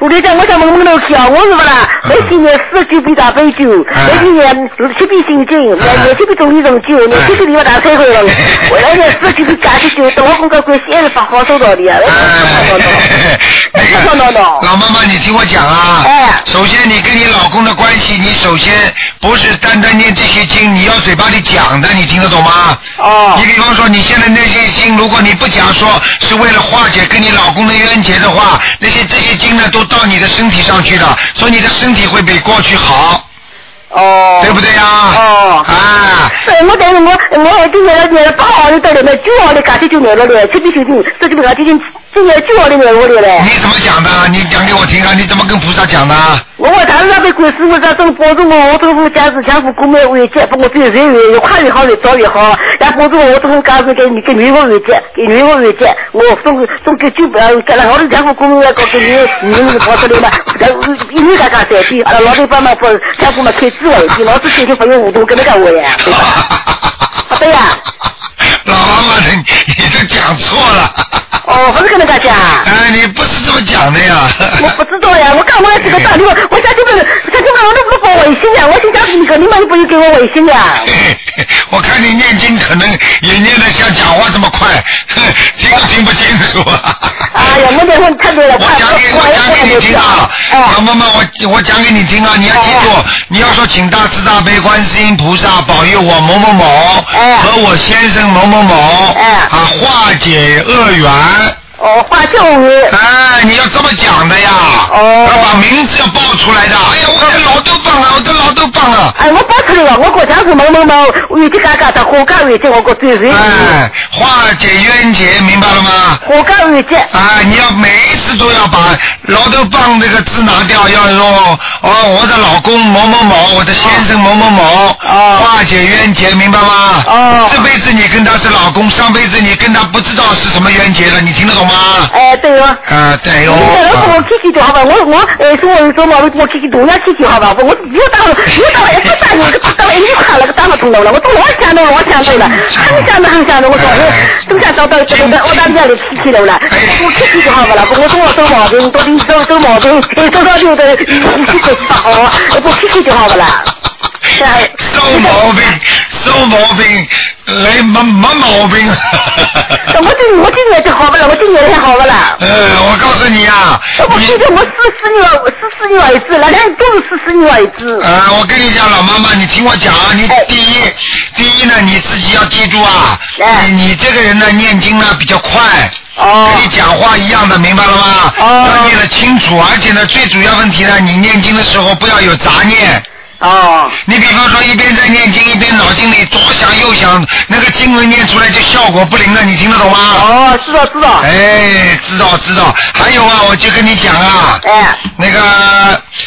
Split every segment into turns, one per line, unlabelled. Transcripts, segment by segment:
我就在我在蒙蒙头去啊，我是不啦？每几年四九杯大杯酒，每几年六七杯新酒，每年七杯中一种酒，年七杯礼物大餐会了。我那年四九杯假期酒，等我公告关系还是发好收到的， 哎，吵吵闹闹，
老妈妈，你听我讲啊。
哎
首先，你跟你老公的关系，你首先不是单单念这些经，你要嘴巴里讲的，你听得懂吗？
哦
你比方说，你现在那些经，如果你不讲说是为了化解跟你老公的冤结的话，那些这些经呢，都到你的身体上去了，所以你的身体会比过去好，
哦，
对不对呀？
哦
啊，
是，我但是我我今年年八号的到了嘛，九号的假期就来了嘞，七杯酒瓶，四九杯假期酒，今年九号的来我的嘞。
你怎么讲的？你讲给我听啊！你怎么跟菩萨讲的？
我我当时那个鬼师傅在正帮助我，我都是家是家父公买回家，把我变人越越快越好越早越好。然后帮助我，我都是家是给女给女儿回家，给女儿回家，我送送给九百给了我的家父公买个给女女儿跑出来嘛，然后一女干干三天，阿拉老头帮忙帮家父嘛开支了，你老子天天朋友互动，跟那个我 呀，对吧？啊对呀，
老妈妈，你你都讲错 了。
哦，不是跟那个讲。
哎，你不是这么讲的呀。
我不 知道呀，我刚我来这个大礼物，我想这个，想这个我都不发微信呀，我心想你个你们又不给我微信呀。
我看你念经可能也念得像讲话这么快， 哼听都听不清楚。
哎呀，我得问太对了，
我讲给我讲给你听啊，老
哎，
妈妈，我我讲给你听啊，你要记住
哎，
你要说请大慈大悲观世音菩萨保佑我某某某
哎
和我先生某某某
哎
啊化解恶缘。
哦，花椒鱼，
哎，你要这么讲的呀？
哦
要把名字要报出来的。哎呀，我的老豆棒啊了，我的老豆棒啊了。
哎，我报出来了，我国家是某某某，有的嘎嘎的，火干有的，我国最瑞，
哎，化解冤结，明白了吗？
火干有的，
啊，你要每一次都要把“老豆棒”这个字拿掉，要用哦，我的老公某某某，我的先生某某某，
哦
化解冤结，明白吗？
哦
这辈子你跟他是老公，上辈子你跟他不知道是什么冤结了，你听得懂吗？
哎，对哦。
啊，对哦
你。老我
啊
脾气就好吧，我我哎，说我说嘛，我脾气同样脾气好吧，我又打了又打了一个打一个打了一个打了个打了通了了，我都老想到老想到了，很想到很想到，我说我都想找到这个我当家里脾气了了，我脾气就好不了，我说我走毛病，多点走走毛病，哎，走到就的脾气不好，我脾气就好不啦。
收毛病，收毛病，哎，没没毛病。
我 今我今年就好不了，我今年还好不啦？
呃，我告诉你啊，
我
你
记得我四四女儿，四四女儿子，那两都是四四女儿子。
呃，我跟你讲，老妈妈，你听我讲啊，你
哎
第一，第一呢，你自己要记住啊，
哎
你你这个人呢，念经呢比较快，
哦
跟你讲话一样的，明白了吗？
哦
要念得清楚，而且呢，最主要问题呢，你念经的时候不要有杂念。
哦。
你比方说，一边在念经，一边脑筋里左想右想，那个经文念出来就效果不灵了，你听得懂吗？
哦，知道知道。
哎，知道知道。还有啊，我就跟你讲啊，
哎，
那个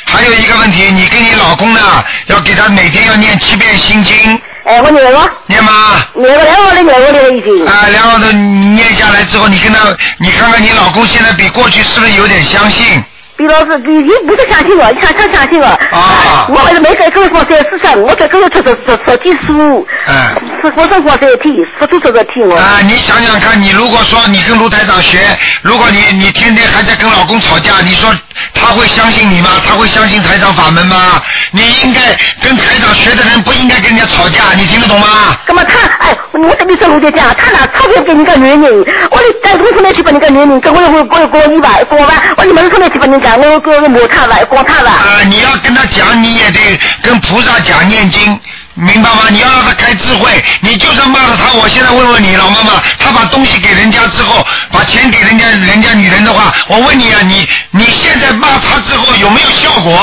还有一个问题，你跟你老公呢，要给他每天要念七遍心经，
哎，我女儿，
念吗？
女儿两号的女儿的已经。
啊，然后呢，念下来之后，你跟他，你看看你老公现在比过去是不是有点相信？
毕老师，你你不是相信我，你看看相信我。
啊
我还是没给各位放三四三，我给各位出出出出几书，
嗯。
出我生活三天，出出出个天我。
啊，你想想看，你如果说你跟卢台长学，如果你你天天还在跟老公吵架，你说他会相信你吗？他会相信台长法门吗？你应该跟台长学的人不应该跟人家吵架，你听得懂吗？
那么他，哎，我跟你说，我就讲，他拿钞票给你个女人，我的在农村那去把你个女人，给我我我我一百过万，我你们村那去把你讲，我给我摸他吧，光他吧。
啊，你要跟他讲，你也得跟菩萨讲念经，明白吗？你要让他开智慧。你就算骂了他，我现在问问你，老妈妈，他把东西给人家之后，把钱给人家人家女人的话，我问你啊，你你现在骂他之后有没有效果？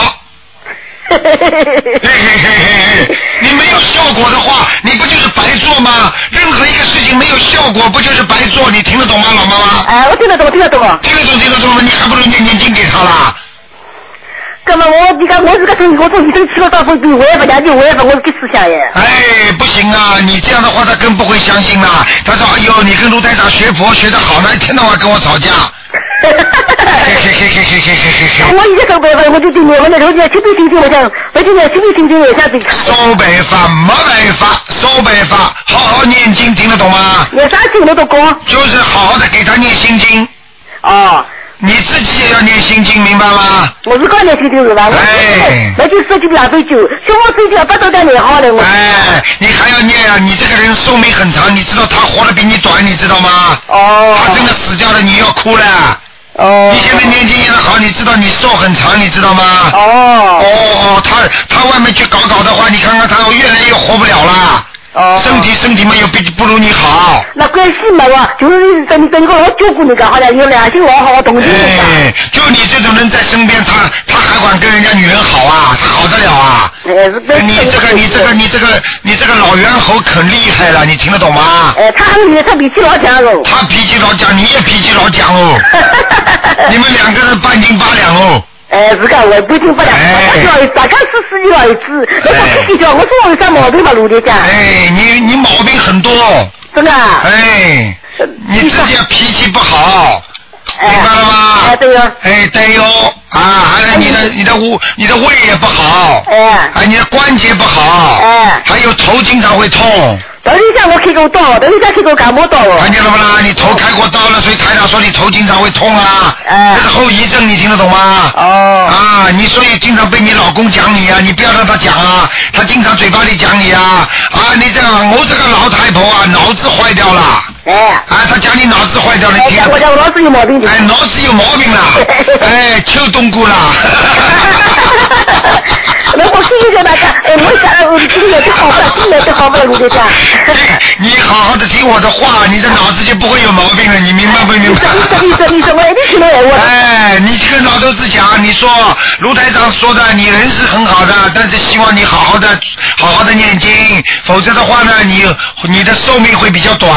嘿嘿嘿嘿嘿，你没有效果的话，你不就是白做吗？任何一个事情没有效果，不就是白做？你听得懂吗，老妈妈？
哎，我听得懂，听得懂。
听得懂听得懂吗？你还不如念念经给他啦。
那么我，你看我是个从我从医生去了到分，我也不讲究，我也不我给思想耶。
哎，不行啊！你这样的话，他更不会相信啦。他说：“哎呦，你跟卢台长学佛学的好呢，一天到晚跟我吵架。”
哎
嘿嘿嘿嘿嘿嘿嘿嘿嘿。
我一个百分，我就今年我那时候在七倍星期，我想，我今年七倍星期也想这个，
收白发，没白发，收白发，好好念经，听得懂吗？
连啥经我都搞。
就是好好的给他念心经，
哦，
你自己也要念心经，明白吗？
我是刚才听听是吧？我
哎
那就说句两杯酒，像我最近不都在两好了我。
哎，你还要念啊！你这个人寿命很长，你知道他活得比你短，你知道吗？
哦
他真的死掉了，你要哭了。
哦
你现在念经念得好，你知道你寿很长，你知道吗？
哦
哦，他他外面去搞搞的话，你看看他越来越活不了了，
哦
身体身体嘛又比不如你好。
那关系嘛哇，就是等等个我照顾你个好了，有良心老好，懂事的。
哎，就你这种人在身边，他他还管跟人家女人好啊？他好得了啊？
哎，是不是
你这个你这个你这个你这个老猿猴可厉害了，你听得懂吗？
哎，他很厉害，他脾气老强哦。
他脾气老讲，你也脾气老 讲哦，你们两个人半斤八两哦。
哎，是个，我不听不了，
哎
我叫一大家是是要一次，那
哎
我自己叫，我说我有啥毛病吧，卢队长，
哎，你你毛病很多，哦
真的啊。
哎，你自己脾气不好，明
哎
白了吗？
哎，对呀，
哎，对哟，啊，还有你的你的胃你的胃也不好，
哎，
啊，你的关节不好，
哎
还有头经常会痛，
等一下我开过刀，等一下开过感冒刀哦
看。见了不啦？你头开过刀了，所以台长说你头经常会痛啊，
哎
这是后遗症，你听得懂吗？
哦，
啊，你所以经常被你老公讲你啊，你不要让他讲啊，他经常嘴巴里讲你啊，啊，你这样我这个老太婆啊，脑子坏掉了，
哎，
啊，他讲你脑子坏掉了，
哎
你听，
我
得懂
讲我老是有毛病的。
哎，脑子有毛病啦！哎，秋冬菇啦！
那我今天那个，哎，我想我今天就好不了，今天就好不了，卢队长。
你好好的听我的话，你的脑子就不会有毛病了，你明白不明
你
白
说，？你说，你说，你说，我一定听到我。
哎，你去跟老头子讲，你说卢台长说的，你人是很好的，但是希望你好好的、好好的念经，否则的话呢，你你的寿命会比较短。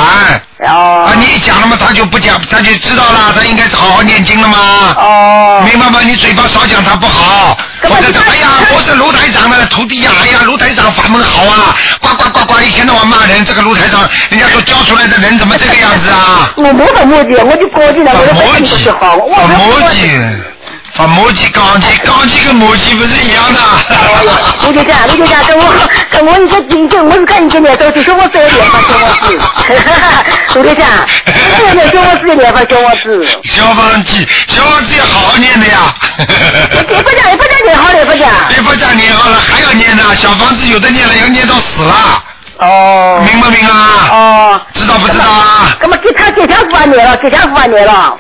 哦
啊，你一讲了嘛，他就不讲，他就知道了，他应该是好好念经了嘛。
哦，
明白吗？你嘴巴少讲他不好，
干
否
嘛
则的
你
哎呀， 我是卢台长的徒弟呀、哎呀，卢台长法门好啊，呱呱呱呱，一天到晚骂人，这个卢台长，人家说教出来的人怎么这个样子啊？
我没法磨叽，我就高兴了，
法
我就
摩
很不
羯，
是好，我
法摩 羯，法摩羯钢鸡，钢鸡跟摩羯不是一样 的？
卢队长，卢队长，跟我跟我一个一个，我是跟你个年头，就说我这个年份跟我 是，卢队长，这个年跟我是年份跟我是，
消防机，消防机好好念的呀。
你不讲，你不讲，你好，你不讲，
别不讲念好了，还要念呢。小房子有的念了，要念到死了，
哦，
明不明啊？
哦。
知道不知道啊？
那么给他给家付完年了，给家付完年了，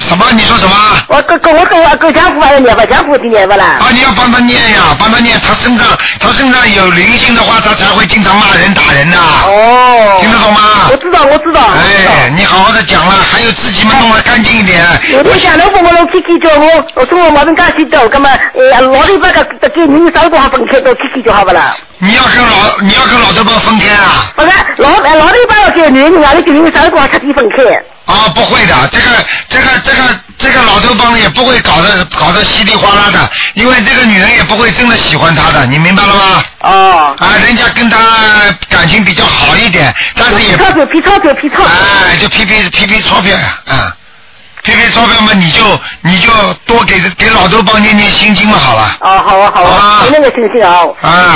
什么？你说什么？
我跟跟我跟我跟家付完年吧，家付的年吧啦。
啊，你要帮他念呀，帮他念，他身上他身上有灵性的话，他才会经常骂人打人呐、
哦
听得懂吗
我？知道，我知道。
哎，你好好的讲了，还有自己嘛弄得干净一点。
有天想到我们去去叫我，我说我毛病干去叫，干嘛？哎，老里把个给你找多少分开到去去就好不啦？
你要跟老你要跟老头婆分开啊？
不是，老老里把要给女人，俺们给你找多少彻底分开。
啊，不会的，这个这个这个这个老头帮也不会搞得搞得稀里哗啦的，因为这个女人也不会真的喜欢他的，你明白了吗？
哦。
啊，人家跟他感情比较好一点，但是也
皮钞票，皮钞票，皮钞票。
哎，就批批批批钞票呀，啊，批批钞票嘛，你就你就多给给老头帮念念心经嘛，好了，
哦，好啊，好
好啊
啊，那个星星啊。
啊，